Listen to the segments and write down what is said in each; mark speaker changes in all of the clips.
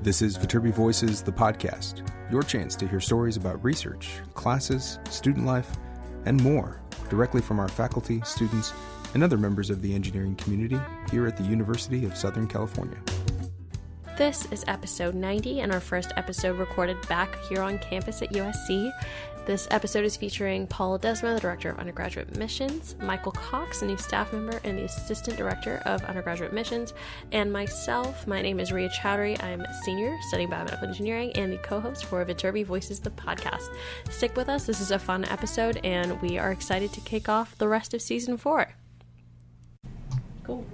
Speaker 1: This is Viterbi Voices, the podcast, your chance to hear stories about research, classes, student life, and more directly from our faculty, students, and other members of the engineering community here at the University of Southern California.
Speaker 2: This is episode 90 and our first episode recorded back here on campus at USC. This episode is featuring Paula Desma, the Director of Undergraduate Admissions, Michael Cox, a new staff member and the Assistant Director of Undergraduate Admissions, and myself. My name is Ria Chowdhury. I'm a senior studying biomedical engineering and the co host for Viterbi Voices, the podcast. Stick with us. This is a fun episode, and we are excited to kick off the rest of season four. Cool.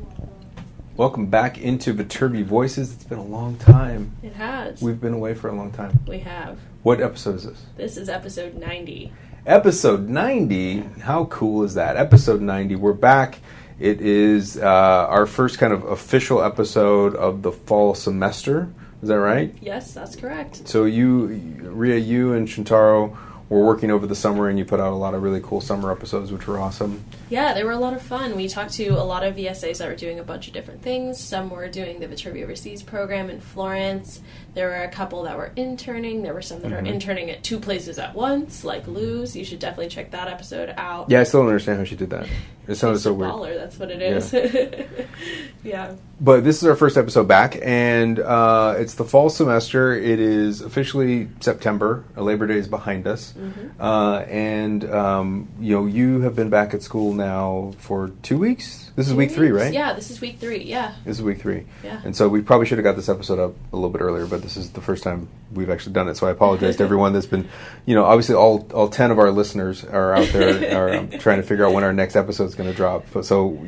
Speaker 1: Welcome back into Viterbi Voices. It's been a long time.
Speaker 2: It has.
Speaker 1: We've been away for a long time.
Speaker 2: We have.
Speaker 1: What episode is this?
Speaker 2: This is episode 90.
Speaker 1: Episode 90. How cool is that? Episode 90. We're back. It is uh, our first kind of official episode of the fall semester. Is that right?
Speaker 2: Yes, that's correct.
Speaker 1: So you, Ria, you and Shintaro were working over the summer, and you put out a lot of really cool summer episodes, which were awesome.
Speaker 2: Yeah, they were a lot of fun. We talked to a lot of VSAs that were doing a bunch of different things. Some were doing the Viterbi Overseas program in Florence. There were a couple that were interning. There were some that
Speaker 1: Mhm.
Speaker 2: are interning at two places at once, like Lou's. You should definitely check that episode out.
Speaker 1: Yeah, I still don't understand how she did that. It sounded
Speaker 2: She's
Speaker 1: so
Speaker 2: a
Speaker 1: weird.
Speaker 2: baller, that's what it
Speaker 1: Yeah.
Speaker 2: is. yeah.
Speaker 1: But this is our first episode back, and uh, it's the fall semester. It is officially September. Labor Day is behind us,
Speaker 2: Mm-hmm.
Speaker 1: uh, and um, you know you have been back at school now for two weeks. This is week three, right?
Speaker 2: Yeah, this is week three. Yeah.
Speaker 1: This is week three.
Speaker 2: Yeah.
Speaker 1: And so we probably should have got this episode up a little bit earlier, but this is the first time we've actually done it. So I apologize to everyone that's been, you know, obviously all, all 10 of our listeners are out there are um, trying to figure out when our next episode is going to drop. But so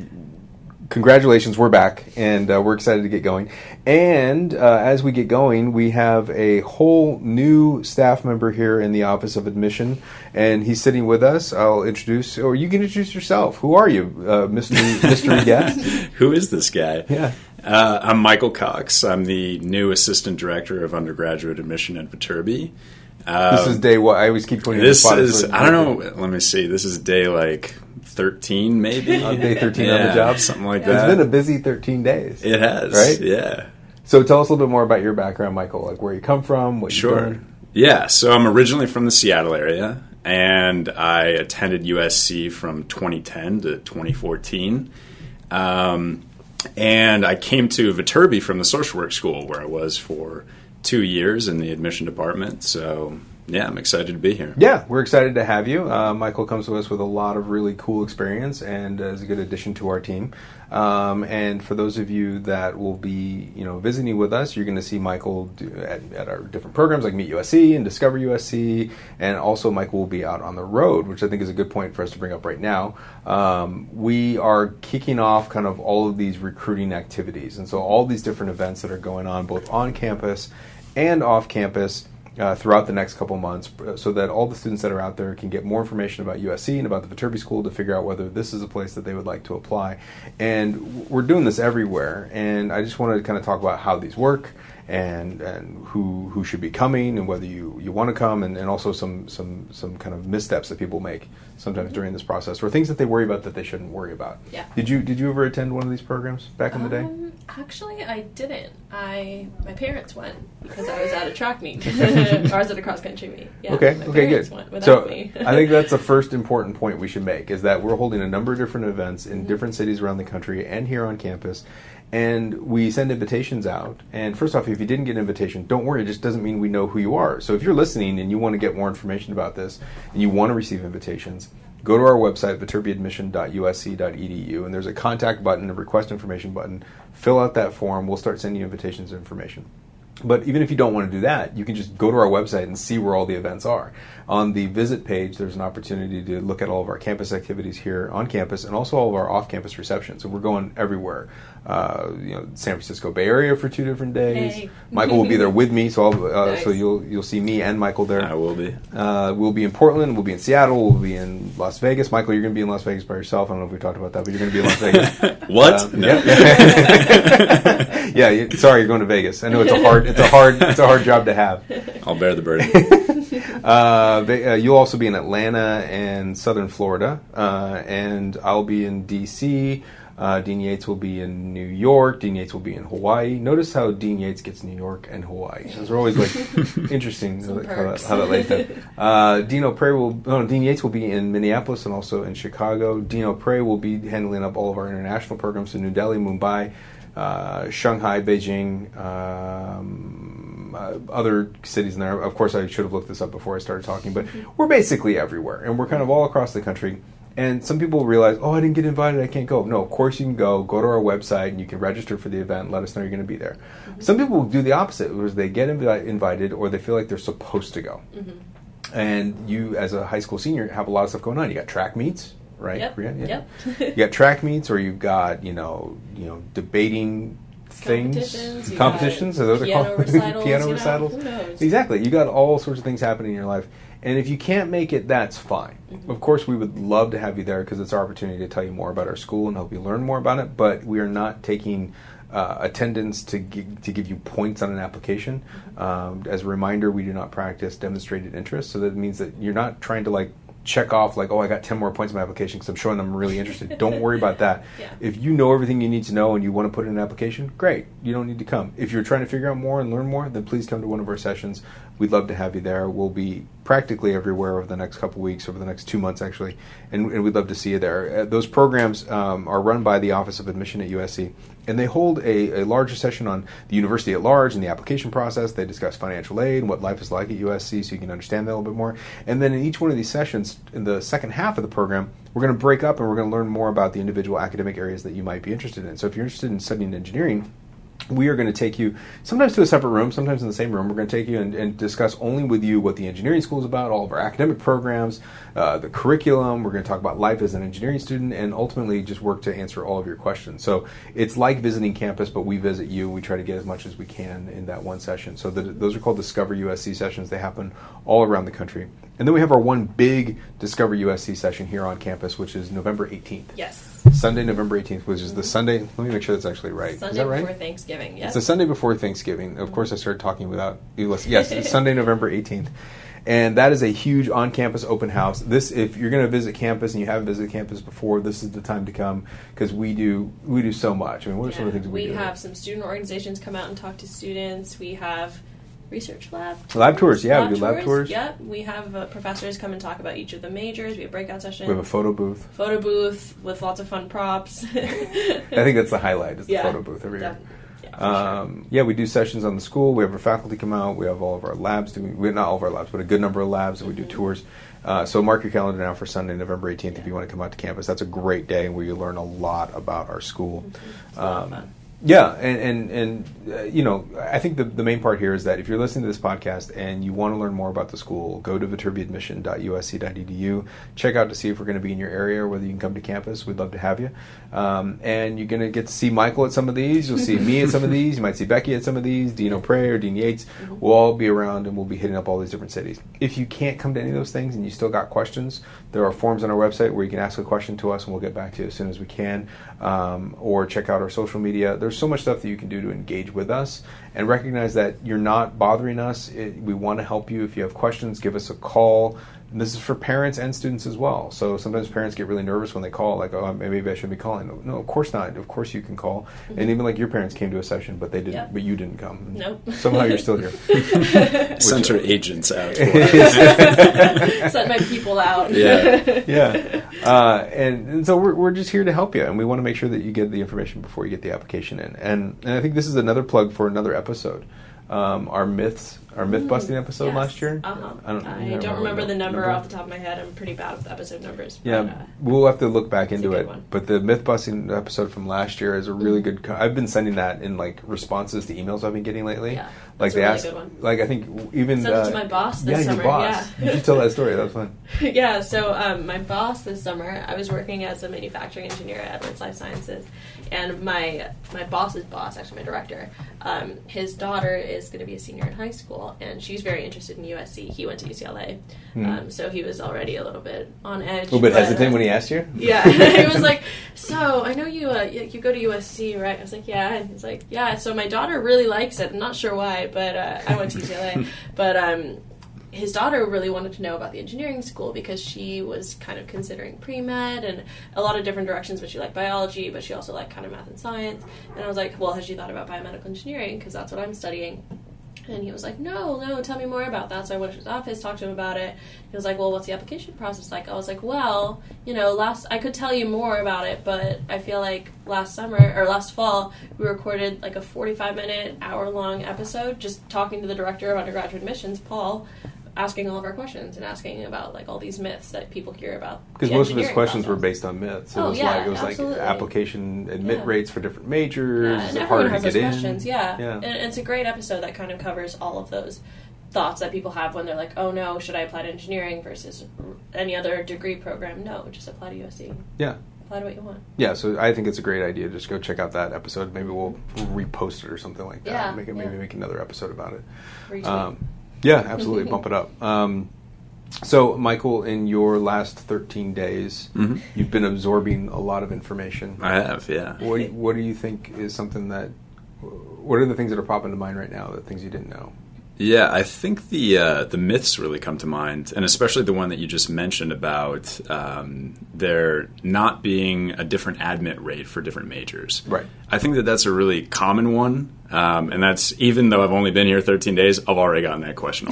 Speaker 1: congratulations, we're back and uh, we're excited to get going. And uh, as we get going, we have a whole new staff member here in the Office of Admission, and he's sitting with us. I'll introduce, or you can introduce yourself. Who are you, uh, mystery, mystery guest?
Speaker 3: Who is this guy?
Speaker 1: Yeah.
Speaker 3: Uh, I'm Michael Cox. I'm the new assistant director of undergraduate admission at Viterbi.
Speaker 1: This is day one. I always keep putting
Speaker 3: Um, This
Speaker 1: it in the spot.
Speaker 3: is, I don't know, let me see, this is day like 13 maybe?
Speaker 1: On day 13 on the
Speaker 3: Yeah,
Speaker 1: job?
Speaker 3: Something like uh,
Speaker 1: It's
Speaker 3: that.
Speaker 1: been a busy 13 days.
Speaker 3: it has,
Speaker 1: Right?
Speaker 3: Yeah.
Speaker 1: So tell us a little bit more about your background, Michael. Like where you come from, what
Speaker 3: Sure.
Speaker 1: you've done.
Speaker 3: Yeah, so I'm originally from the Seattle area, and I attended USC from 2010 to 2014. Um, and I came to Viterbi from the social work school, where I was for two years in the admission department. So, yeah, I'm excited to be here.
Speaker 1: Yeah, we're excited to have you. Uh, Michael comes to us with a lot of really cool experience and uh, is a good addition to our team. Um, and for those of you that will be, you know, visiting with us, you're going to see Michael do, at, at our different programs like Meet USC and Discover USC, and also Michael will be out on the road, which I think is a good point for us to bring up right now. Um, we are kicking off kind of all of these recruiting activities, and so all these different events that are going on both on campus and off campus uh, throughout the next couple months uh, so that all the students that are out there can get more information about USC and about the Viterbi School to figure out whether this is a place that they would like to apply. And w- we're doing this everywhere. And I just wanted to kind of talk about how these work and, and who, who should be coming and whether you, you want to come and, and also some, some, some kind of missteps that people make sometimes during this process or things that they worry about that they shouldn't worry about.
Speaker 2: Mm-hmm. Yeah.
Speaker 1: Did you, did you ever attend one of these programs back in the day?
Speaker 2: Um, actually, I didn't. I my parents went because I was at a track meet. or I was at a cross country meet. Yeah,
Speaker 1: okay.
Speaker 2: My
Speaker 1: okay.
Speaker 2: parents
Speaker 1: Good.
Speaker 2: Went without
Speaker 1: so
Speaker 2: me.
Speaker 1: I think that's the first important point we should make is that we're holding a number of different events
Speaker 2: Mm-hmm.
Speaker 1: in different cities around the country and here on campus, and we send invitations out. And first off, if you didn't get an invitation, don't worry. It just doesn't mean we know who you are. So if you're listening and you want to get more information about this and you want to receive invitations. Go to our website, viterbiadmission.usc.edu, and there's a contact button, a request information button. Fill out that form. We'll start sending you invitations and information. But even if you don't want to do that, you can just go to our website and see where all the events are. On the visit page, there's an opportunity to look at all of our campus activities here on campus and also all of our off campus receptions. So we're going everywhere. Uh, you know, San Francisco Bay Area for two different days.
Speaker 2: Hey.
Speaker 1: Michael will be there with me, so I'll, uh, so
Speaker 2: Nice.
Speaker 1: you'll you'll see me and Michael there.
Speaker 3: I will be.
Speaker 1: Uh, we'll be in Portland. We'll be in Seattle. We'll be in Las Vegas. Michael, you're going to be in Las Vegas by yourself. I don't know if we talked about that, but you're going to be in Las Vegas.
Speaker 3: What?
Speaker 1: Um, yeah. yeah. You, sorry, you're going to Vegas. I know it's a hard, it's a hard, it's a hard job to have.
Speaker 3: I'll bear the burden.
Speaker 1: Uh, they, uh, you'll also be in Atlanta and Southern Florida, uh, and I'll be in DC. Uh, Uh, Dean Yates will be in New York. Dean Yates will be in Hawaii. Notice how Dean Yates gets New York and Hawaii. Those are always like interesting how
Speaker 2: Some
Speaker 1: that, how that,
Speaker 2: perks.
Speaker 1: how that lays down. Uh, Dino Prey will no, Dean Yates will be in Minneapolis and also in Chicago. Dino Prey will be handling up all of our international programs in New Delhi, Mumbai, uh, Shanghai, Beijing, um, uh, other cities in there. Of course, I should have looked this up before I started talking, but
Speaker 2: Mm-hmm.
Speaker 1: we're basically everywhere, and we're kind of all across the country. And some people realize, oh, I didn't get invited, I can't go. No, of course you can go. Go to our website and you can register for the event. Let us know you're going to be there. Some people do the opposite, which is they get invi- invited or they feel like they're supposed to go and you as a high school senior have a lot of stuff going on. You got track meets, right?
Speaker 2: Yep.
Speaker 1: Rhea? Yeah.
Speaker 2: Yep.
Speaker 1: you got track meets, or you've got you know you know debating things,
Speaker 2: Competitions, you
Speaker 1: competitions.
Speaker 2: got
Speaker 1: Are those are
Speaker 2: piano
Speaker 1: called piano
Speaker 2: recitals, you know,
Speaker 1: recitals.
Speaker 2: who knows?
Speaker 1: Exactly. You got all sorts of things happening in your life, and if you can't make it, that's fine. Of course, we would love to have you there because it's our opportunity to tell you more about our school and help you learn more about it. But we are not taking. Uh, attendance to gi- to give you points on an application. Um, as a reminder, we do not practice demonstrated interest, so that means that you're not trying to like check off like, oh, I got ten more points in my application because I'm showing them I'm really interested. Don't worry about that.
Speaker 2: Yeah.
Speaker 1: If you know everything you need to know and you want to put in an application, great. You don't need to come. If you're trying to figure out more and learn more, then please come to one of our sessions. We'd love to have you there. We'll be practically everywhere over the next couple weeks, over the next two months actually, and, and we'd love to see you there. Uh, those programs um, are run by the Office of Admission at USC, and they hold a, a larger session on the university at large and the application process. They discuss financial aid and what life is like at USC, so you can understand that a little bit more. And then in each one of these sessions, in the second half of the program, we're going to break up and we're going to learn more about the individual academic areas that you might be interested in. So if you're interested in studying engineering, we are going to take you sometimes to a separate room, sometimes in the same room. We're going to take you and, and discuss only with you what the engineering school is about, all of our academic programs, uh, the curriculum. We're going to talk about life as an engineering student, and ultimately just work to answer all of your questions. So it's like visiting campus, but we visit you. We try to get as much as we can in that one session. So the, those are called Discover USC sessions. They happen all around the country. And then we have our one big Discover USC session here on campus, which is November 18th.
Speaker 2: Yes.
Speaker 1: Sunday, November 18th, which is the Sunday. Let me make sure that's actually right.
Speaker 2: Sunday
Speaker 1: is that right?
Speaker 2: before Thanksgiving. Yes.
Speaker 1: It's the Sunday before Thanksgiving. Of course, I started talking without you listening. Yes, it's Sunday, November 18th. And that is a huge on-campus open house. This, if you're going to visit campus and you haven't visited campus before, this is the time to come because we do we do so much. I mean, what are some of the
Speaker 2: Yeah.
Speaker 1: things we, do?
Speaker 2: have some student organizations come out and talk to students. We have research lab
Speaker 1: Lab tours, yeah, we do lab tours.
Speaker 2: Yep, we have uh, professors come and talk about each of the majors. We have breakout
Speaker 1: we
Speaker 2: sessions.
Speaker 1: have a photo booth.
Speaker 2: photo booth with lots of fun props.
Speaker 1: I think that's the highlight. Is the
Speaker 2: Yeah.
Speaker 1: photo booth every year.
Speaker 2: Def- yeah, for sure.
Speaker 1: Um, yeah, we do sessions on the school. We have our faculty come out. We have all of our labs. Doing, we not all of our labs, but a good number of labs, and we do
Speaker 2: Mm-hmm.
Speaker 1: tours. Uh, so mark your calendar now for Sunday, November 18th, if you want to come out to campus. That's a great day where you learn a lot about our school. Uh,
Speaker 2: It's a lot of fun.
Speaker 1: Yeah, and and and uh, you know, I think the the main part here is that if you're listening to this podcast and you want to learn more about the school, go to viterbiadmission.usc.edu. Check out to see if we're going to be in your area or whether you can come to campus. We'd love to have you. Um, and you're going to get to see Michael at some of these. You'll see me at some of these. You might see Becky at some of these. Dino Prey or Dean Yates.
Speaker 2: Mm-hmm.
Speaker 1: We'll all be around and we'll be hitting up all these different cities. If you can't come to any of those things and you still got questions, there are forms on our website where you can ask a question to us and we'll get back to you as soon as we can. Um, or check out our social media. There's so much stuff that you can do to engage with us and recognize that you're not bothering us. It, we want to help you. If you have questions, give us a call. And this is for parents and students as well. So sometimes parents get really nervous when they call, like, oh, maybe I should be calling. No, of course not. Of course you can call. And even like your parents came to a session, but they didn't,
Speaker 2: Yep.
Speaker 1: but you didn't come.
Speaker 2: Nope.
Speaker 1: Somehow you're still here.
Speaker 3: Sent our agents out for it.
Speaker 2: Send my people out.
Speaker 3: Yeah.
Speaker 1: yeah. Uh, and, and so we're, we're just here to help you, and we want to make sure that you get the information before you get the application in. And, and I think this is another plug for another episode. Um, our myths, our myth busting episode
Speaker 2: Mm, Yes.
Speaker 1: last year.
Speaker 2: Uh-huh.
Speaker 1: I don't,
Speaker 2: I don't remember the number off the top of my head. I'm pretty bad with episode numbers. but,
Speaker 1: Yeah,
Speaker 2: uh,
Speaker 1: we'll have to look back
Speaker 2: it's a
Speaker 1: into
Speaker 2: good
Speaker 1: it.
Speaker 2: one. Mm.
Speaker 1: But the myth busting episode from last year is a really good. Co- I've been sending that in like responses to emails I've been getting lately.
Speaker 2: Yeah,
Speaker 1: like
Speaker 2: that's a
Speaker 1: they
Speaker 2: really
Speaker 1: asked,
Speaker 2: good one.
Speaker 1: like I think even
Speaker 2: Sent it
Speaker 1: uh,
Speaker 2: to my boss this
Speaker 1: yeah,
Speaker 2: summer.
Speaker 1: your boss.
Speaker 2: Yeah.
Speaker 1: you should tell that story. That was fun.
Speaker 2: yeah, so um, my boss this summer, I was working as a manufacturing engineer at Edwards Life Sciences, and my my boss's boss, actually my director, um, his daughter is going to be a senior in high school, and she's very interested in USC. He went to UCLA,
Speaker 1: Hmm.
Speaker 2: um, so he was already a little bit on edge. uh,
Speaker 1: A little bit hesitant when he asked you.
Speaker 2: Yeah, he was like, "So I know you uh, you you go to USC, right?" I was like, "Yeah." And he's like, "Yeah." So my daughter really likes it. I'm not sure why, but uh, I went to UCLA. but um, his daughter really wanted to know about the engineering school because she was kind of considering pre med and a lot of different directions, but she liked biology, but she also liked kind of math and science. And I was like, well, has she thought about biomedical engineering? Because that's what I'm studying. And he was like, no, no, tell me more about that. So I went to his office, talked to him about it. He was like, well, what's the application process like? I was like, well, you know, last I could tell you more about it, but I feel like last summer or last fall we recorded like a 45 minute, hour long episode just talking to the director of undergraduate admissions, Paul, asking all of our questions and asking about like all these myths that people hear about.
Speaker 1: Because
Speaker 2: the
Speaker 1: most of his
Speaker 2: engineering
Speaker 1: questions were
Speaker 2: process.
Speaker 1: based on myths. It
Speaker 2: Oh,
Speaker 1: was
Speaker 2: yeah,
Speaker 1: like it was
Speaker 2: absolutely.
Speaker 1: like application admit
Speaker 2: Yeah.
Speaker 1: rates for different majors.
Speaker 2: Yeah,
Speaker 1: is
Speaker 2: and
Speaker 1: it
Speaker 2: everyone
Speaker 1: harder
Speaker 2: has
Speaker 1: to
Speaker 2: those
Speaker 1: get in?
Speaker 2: questions. Yeah,
Speaker 1: Yeah.
Speaker 2: And it's a great episode that kind of covers all of those thoughts that people have when they're like, "Oh no, should I apply to engineering versus any other degree program?" No, just apply to USC.
Speaker 1: Yeah.
Speaker 2: Apply to what you want.
Speaker 1: Yeah, so I think it's a great idea. Just go check out that episode. Maybe we'll repost it or something like that.
Speaker 2: Yeah,
Speaker 1: make it,
Speaker 2: yeah.
Speaker 1: Maybe make another episode about it.
Speaker 2: Retweet.
Speaker 1: Um, yeah, absolutely. Bump it up. Um, so, Michael, in your last 13 days,
Speaker 3: Mhm.
Speaker 1: you've been absorbing a lot of information.
Speaker 3: I have, yeah.
Speaker 1: What, what do you think is something that. What are the things that are popping to mind right now, the things you didn't know?
Speaker 3: Yeah, I think the uh, the myths really come to mind, and especially the one that you just mentioned about um, there not being a different admit rate for different majors.
Speaker 1: Right.
Speaker 3: I think that that's a really common one, um, and that's even though I've only been here 13 days, I've already gotten that question a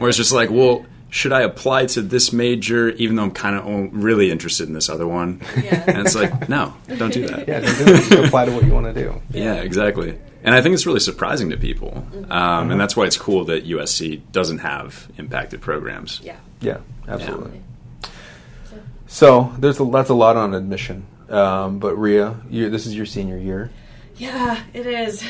Speaker 3: where it's just like, well, should I apply to this major even though I'm kind of really interested in this other one?
Speaker 2: Yeah.
Speaker 3: And it's like, no, don't do that.
Speaker 1: Yeah, don't do it. Just apply to what you want to do.
Speaker 3: Yeah, exactly. And I think it's really surprising to people. Um, and that's why it's cool that USC doesn't have impacted programs.
Speaker 2: yeah.
Speaker 1: Yeah, absolutely.
Speaker 2: So,
Speaker 1: So there's a, that's a lot on admission. Um, but Rhea, you, this is your senior year,
Speaker 2: yeah, it is.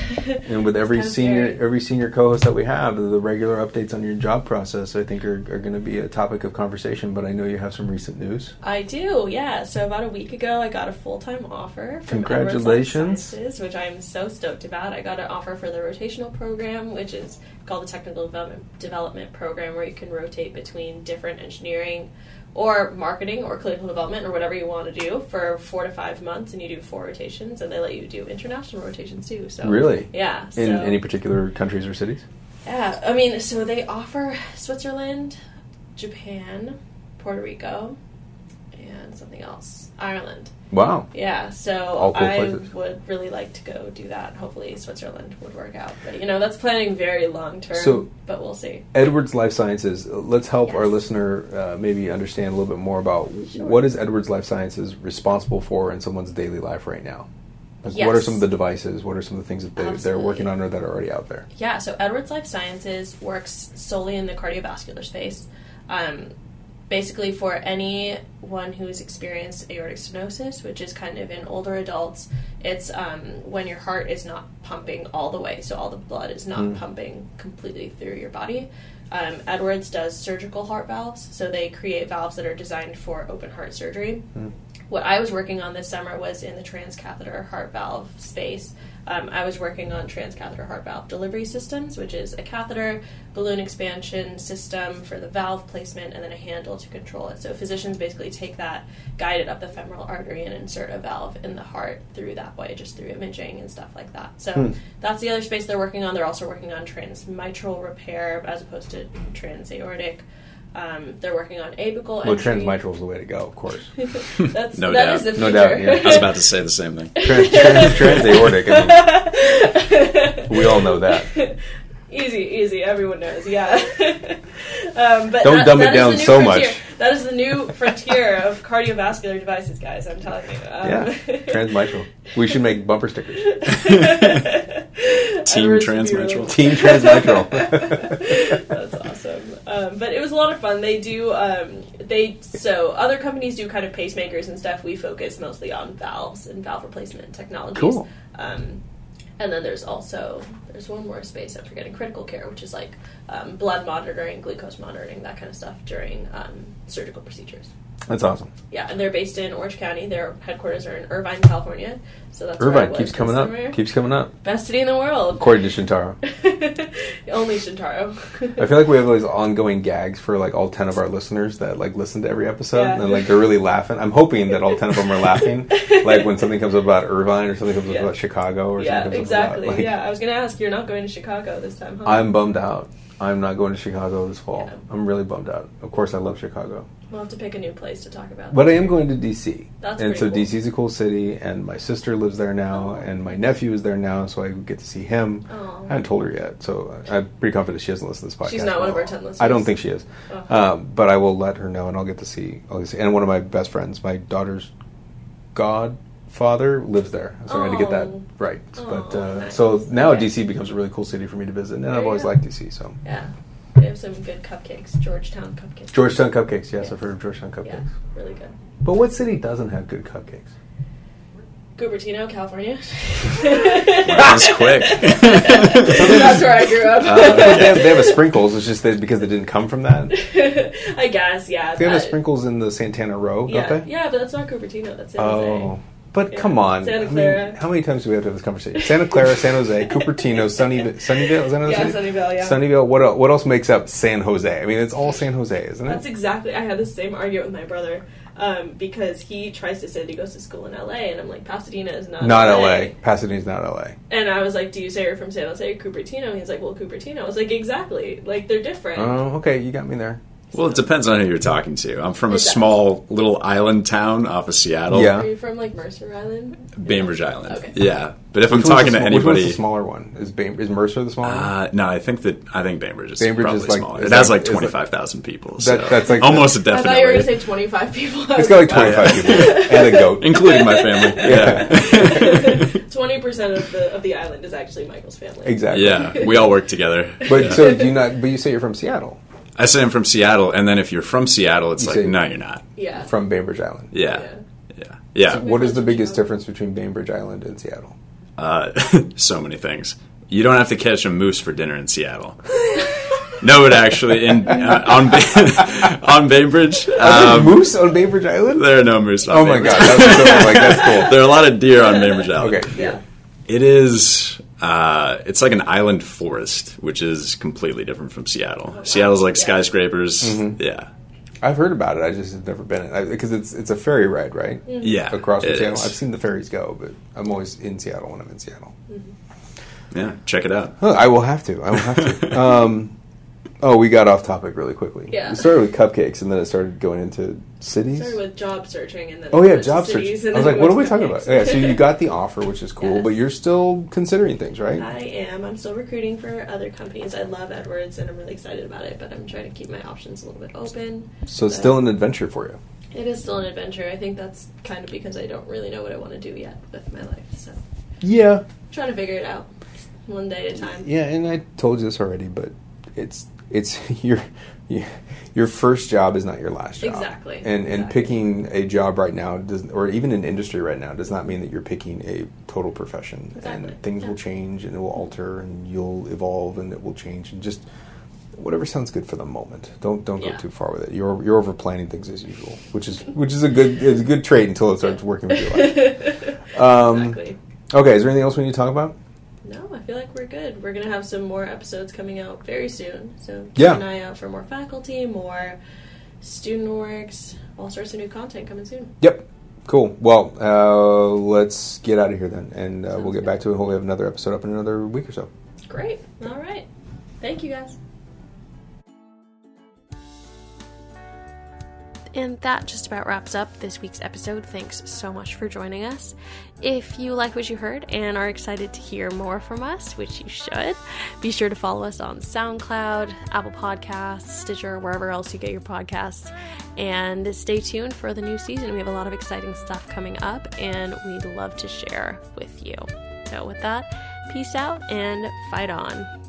Speaker 1: and with
Speaker 2: It's
Speaker 1: every
Speaker 2: kind of
Speaker 1: senior
Speaker 2: scary.
Speaker 1: every senior co-host that we have, the regular updates on your job process, I think, are, are going to be a topic of conversation. But I know you have some recent news.
Speaker 2: I do, yeah. So about a week ago, I got a full time offer. From
Speaker 1: Congratulations.
Speaker 2: Edwards Life Sciences, which I'm so stoked about. I got an offer for the rotational program, which is called the Technical Development, Development Program, where you can rotate between different engineering or marketing or clinical development or whatever you want to do for four to five months, and you do four rotations, and they let you do international rotations too. So
Speaker 1: Really?
Speaker 2: yeah.
Speaker 1: In
Speaker 2: so-
Speaker 1: any particular countries or cities?
Speaker 2: yeah, I mean, so they offer Switzerland, Japan, Puerto Rico, and something else, Ireland.
Speaker 1: Wow.
Speaker 2: Yeah, so
Speaker 1: All cool
Speaker 2: I
Speaker 1: places.
Speaker 2: would really like to go do that. Hopefully, Switzerland would work out, but you know, that's planning very long term.
Speaker 1: So-
Speaker 2: but we'll see.
Speaker 1: Edwards Life Sciences. uh, Let's help our
Speaker 2: Yes.
Speaker 1: listener uh, maybe understand a little bit more about w-
Speaker 2: Sure.
Speaker 1: what is Edwards Life Sciences responsible for in someone's daily life right now. Like, What are
Speaker 2: Yes.
Speaker 1: some of the devices? What are some of the things that they, they're
Speaker 2: Absolutely.
Speaker 1: working on or that are already out there?
Speaker 2: Yeah, so Edwards Life Sciences works solely in the cardiovascular space. Um, basically, for anyone who's experienced aortic stenosis, which is kind of in older adults, it's um, when your heart is not pumping all the way, so all the blood is not
Speaker 1: Mm.
Speaker 2: pumping completely through your body. Um, Edwards does surgical heart valves, so they create valves that are designed for open heart surgery what I was working on this summer was in the transcatheter heart valve space. Um, I was working on transcatheter heart valve delivery systems, which is a catheter, balloon expansion system for the valve placement, and then a handle to control it. So physicians basically take that, guide it up the femoral artery, and insert a valve in the heart through that way, just through imaging and stuff like that. So
Speaker 1: Hmm.
Speaker 2: that's the other space they're working on. They're also working on transmitral repair as opposed to transaortic. Um, they're working on apical
Speaker 1: Well,
Speaker 2: entry.
Speaker 1: transmitral is the way to go, of course.
Speaker 2: That's,
Speaker 3: No
Speaker 2: that
Speaker 3: doubt.
Speaker 2: is the
Speaker 1: No
Speaker 2: future.
Speaker 1: doubt, yeah.
Speaker 3: I was about to say the same thing.
Speaker 1: Trans, trans, transaortic. I mean, we all know that.
Speaker 2: easy, easy. Everyone knows. Yeah. um, but
Speaker 1: Don't
Speaker 2: that-
Speaker 1: dumb it
Speaker 2: that is
Speaker 1: down
Speaker 2: the new
Speaker 1: so
Speaker 2: frontier.
Speaker 1: much.
Speaker 2: That is the new frontier of cardiovascular devices, guys. I'm telling you. Um,
Speaker 1: Yeah, transmitral. We should make bumper stickers.
Speaker 3: Team
Speaker 2: Edwards
Speaker 3: transmitral.
Speaker 2: Bureau.
Speaker 1: Team transmitral.
Speaker 2: That's awesome. Um, but it was a lot of fun. They do um, they so other companies do kind of pacemakers and stuff. We focus mostly on valves and valve replacement technologies.
Speaker 1: Cool.
Speaker 2: Um, and then there's also there's one more space I'm forgetting critical care, which is like um, blood monitoring, glucose monitoring, that kind of stuff during um, surgical procedures.
Speaker 1: That's awesome.
Speaker 2: Yeah, and they're based in Orange County. Their headquarters are in Irvine, California. So that's where I
Speaker 1: Irvine
Speaker 2: was
Speaker 1: keeps
Speaker 2: this
Speaker 1: coming
Speaker 2: summer.
Speaker 1: up. Keeps coming up.
Speaker 2: Best city in the world.
Speaker 1: According to Shintaro.
Speaker 2: Only Shintaro.
Speaker 1: I feel like we have all these ongoing gags for like all ten of our listeners that like listen to every episode
Speaker 2: Yeah.
Speaker 1: and like they're really laughing. I'm hoping that all ten of them are laughing. Like when something comes up about Irvine or something comes
Speaker 2: Yeah.
Speaker 1: up about Chicago or
Speaker 2: yeah,
Speaker 1: something comes
Speaker 2: exactly.
Speaker 1: up about like
Speaker 2: yeah, I was gonna ask. You're not going to Chicago this time, huh?
Speaker 1: I'm bummed out. I'm not going to Chicago this fall.
Speaker 2: Yeah.
Speaker 1: I'm really bummed out. Of course, I love Chicago,
Speaker 2: We'll have to pick a new place to talk about.
Speaker 1: but I am going to DC,
Speaker 2: That's
Speaker 1: and
Speaker 2: pretty
Speaker 1: so
Speaker 2: cool.
Speaker 1: DC is a cool city. And my sister lives there now,
Speaker 2: Oh.
Speaker 1: and my nephew is there now, so I get to see him.
Speaker 2: Oh.
Speaker 1: I haven't told her yet, so I'm pretty confident she doesn't listen to this podcast.
Speaker 2: She's not one of our 10 listeners.
Speaker 1: I don't think she is,
Speaker 2: Oh.
Speaker 1: um, but I will let her know, and I'll get to see. I'll get to see. And one of my best friends, my daughter's godfather, lives there, so I had to get that
Speaker 2: Oh.
Speaker 1: right. but
Speaker 2: Oh,
Speaker 1: uh,
Speaker 2: nice.
Speaker 1: so now
Speaker 2: Okay.
Speaker 1: DC becomes a really cool city for me to visit, and
Speaker 2: There
Speaker 1: I've
Speaker 2: you
Speaker 1: always
Speaker 2: go.
Speaker 1: liked DC. So
Speaker 2: yeah, they have some good cupcakes. Georgetown cupcakes.
Speaker 1: Georgetown cupcakes, yes,
Speaker 2: Yeah.
Speaker 1: I've heard of Georgetown cupcakes.
Speaker 2: Yeah, really good.
Speaker 1: But what city doesn't have good cupcakes?
Speaker 2: Cupertino, California.
Speaker 3: That was quick.
Speaker 2: That's where I grew up.
Speaker 1: Uh, they, have, they have a sprinkles. It's just that because they didn't come from that.
Speaker 2: I guess, yeah.
Speaker 1: They have a
Speaker 2: that-
Speaker 1: sprinkles in the Santana Row,
Speaker 2: Yeah,
Speaker 1: don't they?
Speaker 2: yeah, but that's not Cupertino. That's San
Speaker 1: Oh. But
Speaker 2: Yeah.
Speaker 1: come on,
Speaker 2: Santa
Speaker 1: I mean,
Speaker 2: Clara.
Speaker 1: how many times do we have to have this conversation? Santa Clara, San Jose, Cupertino, Sunnyvale, Sunnyvale, is that another
Speaker 2: Yeah,
Speaker 1: city?
Speaker 2: Sunnyvale, yeah.
Speaker 1: Sunnyvale. What el- what else makes up San Jose? I mean, it's all San Jose, isn't it?
Speaker 2: That's exactly. I had the same argument with my brother um, because he tries to say that he goes to school in LA, and I'm like, Pasadena is not
Speaker 1: not LA. Pasadena's not LA.
Speaker 2: And I was like, Do you say you're from San Jose or Cupertino? And he's like, Well, Cupertino. I was like, Exactly. Like they're different.
Speaker 1: Oh, okay, you got me there.
Speaker 3: Well, it depends on who you're talking to. I'm from a
Speaker 2: Exactly.
Speaker 3: small little island town off of Seattle,
Speaker 1: Yeah.
Speaker 2: Are you from like Mercer Island?
Speaker 3: Bainbridge Island.
Speaker 2: Okay.
Speaker 3: Yeah, but if I'm
Speaker 1: Which one's
Speaker 3: talking
Speaker 1: the
Speaker 3: to
Speaker 1: sm- Which one's
Speaker 3: anybody,
Speaker 1: the smaller one? Is Bain- is Mercer the smaller one?
Speaker 3: uh, no, I think that I think Bainbridge is
Speaker 1: Bainbridge
Speaker 3: probably
Speaker 1: is like-
Speaker 3: smaller.
Speaker 1: is
Speaker 3: It has
Speaker 1: like-
Speaker 3: like
Speaker 1: is like-
Speaker 3: twenty five thousand people. So
Speaker 1: That- that's like-
Speaker 3: almost a
Speaker 2: I thought you were gonna
Speaker 3: definite,
Speaker 2: say 25 people.
Speaker 1: It's got like
Speaker 3: Oh, yeah.
Speaker 1: 25 people and a goat.
Speaker 3: including my family. Yeah,
Speaker 2: 20% of the of the island is actually Michael's family.
Speaker 1: Exactly.
Speaker 3: yeah, we all work together.
Speaker 1: But
Speaker 3: Yeah.
Speaker 1: so do you not? But you say you're from Seattle,
Speaker 3: I say I'm from Seattle, and then if you're from Seattle, it's
Speaker 1: You
Speaker 3: like
Speaker 1: say-
Speaker 3: no, you're not.
Speaker 2: Yeah.
Speaker 1: from Bainbridge Island.
Speaker 3: Yeah, yeah, yeah.
Speaker 1: What is the biggest difference between Bainbridge Island and Seattle?
Speaker 3: Uh, so many things. You don't have to catch a moose for dinner in Seattle. no, but actually, in uh, on Ba- on Bainbridge,
Speaker 1: Are there
Speaker 3: um,
Speaker 1: moose on Bainbridge Island?
Speaker 3: there are no moose. On
Speaker 1: Oh my
Speaker 3: Bainbridge.
Speaker 1: god, that's so, like that's cool.
Speaker 3: there are a lot of deer on Bainbridge Island.
Speaker 1: Okay,
Speaker 2: Yeah.
Speaker 3: It is. Uh, it's like an island forest, which is completely different from Seattle. Seattle's like
Speaker 2: Yeah.
Speaker 3: skyscrapers.
Speaker 1: Mm-hmm.
Speaker 3: Yeah,
Speaker 1: I've heard about it. I just have never been in because it's it's a ferry ride, right?
Speaker 2: Mm-hmm.
Speaker 3: yeah.
Speaker 1: Across from
Speaker 3: it
Speaker 1: Seattle,
Speaker 3: is.
Speaker 1: I've seen the ferries go, but I'm always in Seattle when I'm in Seattle.
Speaker 3: Yeah, check it out.
Speaker 1: Huh, I will have to. I will have to. um, oh, we got off topic really quickly.
Speaker 2: Yeah.
Speaker 1: We started with cupcakes, and then it started going into cities.
Speaker 2: Started with job searching and then.
Speaker 1: Oh yeah,
Speaker 2: went to
Speaker 1: job search.
Speaker 2: cities, and
Speaker 1: I was
Speaker 2: then
Speaker 1: like, what are we
Speaker 2: went to
Speaker 1: talking about?
Speaker 2: companies.
Speaker 1: Yeah, so you got the offer, which is cool,
Speaker 2: Yes.
Speaker 1: but you're still considering things, right?
Speaker 2: I am. I'm still recruiting for other companies. I love Edwards and I'm really excited about it, but I'm trying to keep my options a little bit open.
Speaker 1: So it's still an adventure for you.
Speaker 2: It is still an adventure. I think that's kind of because I don't really know what I want to do yet with my life. So
Speaker 1: Yeah,
Speaker 2: trying to figure it out one day at a time.
Speaker 1: yeah, and I told you this already, but it's it's your your first job is not your last job.
Speaker 2: Exactly.
Speaker 1: And and
Speaker 2: Exactly.
Speaker 1: picking a job right now does or even an industry right now does not mean that you're picking a total profession.
Speaker 2: Exactly.
Speaker 1: And things
Speaker 2: Yeah.
Speaker 1: will change and it will alter and you'll evolve and it will change and just whatever sounds good for the moment. Don't don't
Speaker 2: Yeah.
Speaker 1: go too far with it. You're you're over planning things as usual, which is which is a good is a good trait until it starts working with your life. Um,
Speaker 2: exactly.
Speaker 1: Okay, is there anything else we need to talk about?
Speaker 2: No, I feel like we're good. We're gonna have some more episodes coming out very soon. So keep
Speaker 1: Yeah.
Speaker 2: an eye out for more faculty, more student orgs, all sorts of new content coming soon.
Speaker 1: Yep. Cool. Well, uh, let's get out of here then, and uh,
Speaker 2: Sounds
Speaker 1: we'll get
Speaker 2: good.
Speaker 1: back to it. Hopefully, have another episode up in another week or so.
Speaker 2: Great. All right. Thank you guys.
Speaker 4: And that just about wraps up this week's episode. Thanks so much for joining us. If you like what you heard and are excited to hear more from us, which you should, be sure to follow us on SoundCloud, Apple Podcasts, Stitcher, wherever else you get your podcasts. And stay tuned for the new season. We have a lot of exciting stuff coming up, and we'd love to share with you. So, with that, peace out and fight on.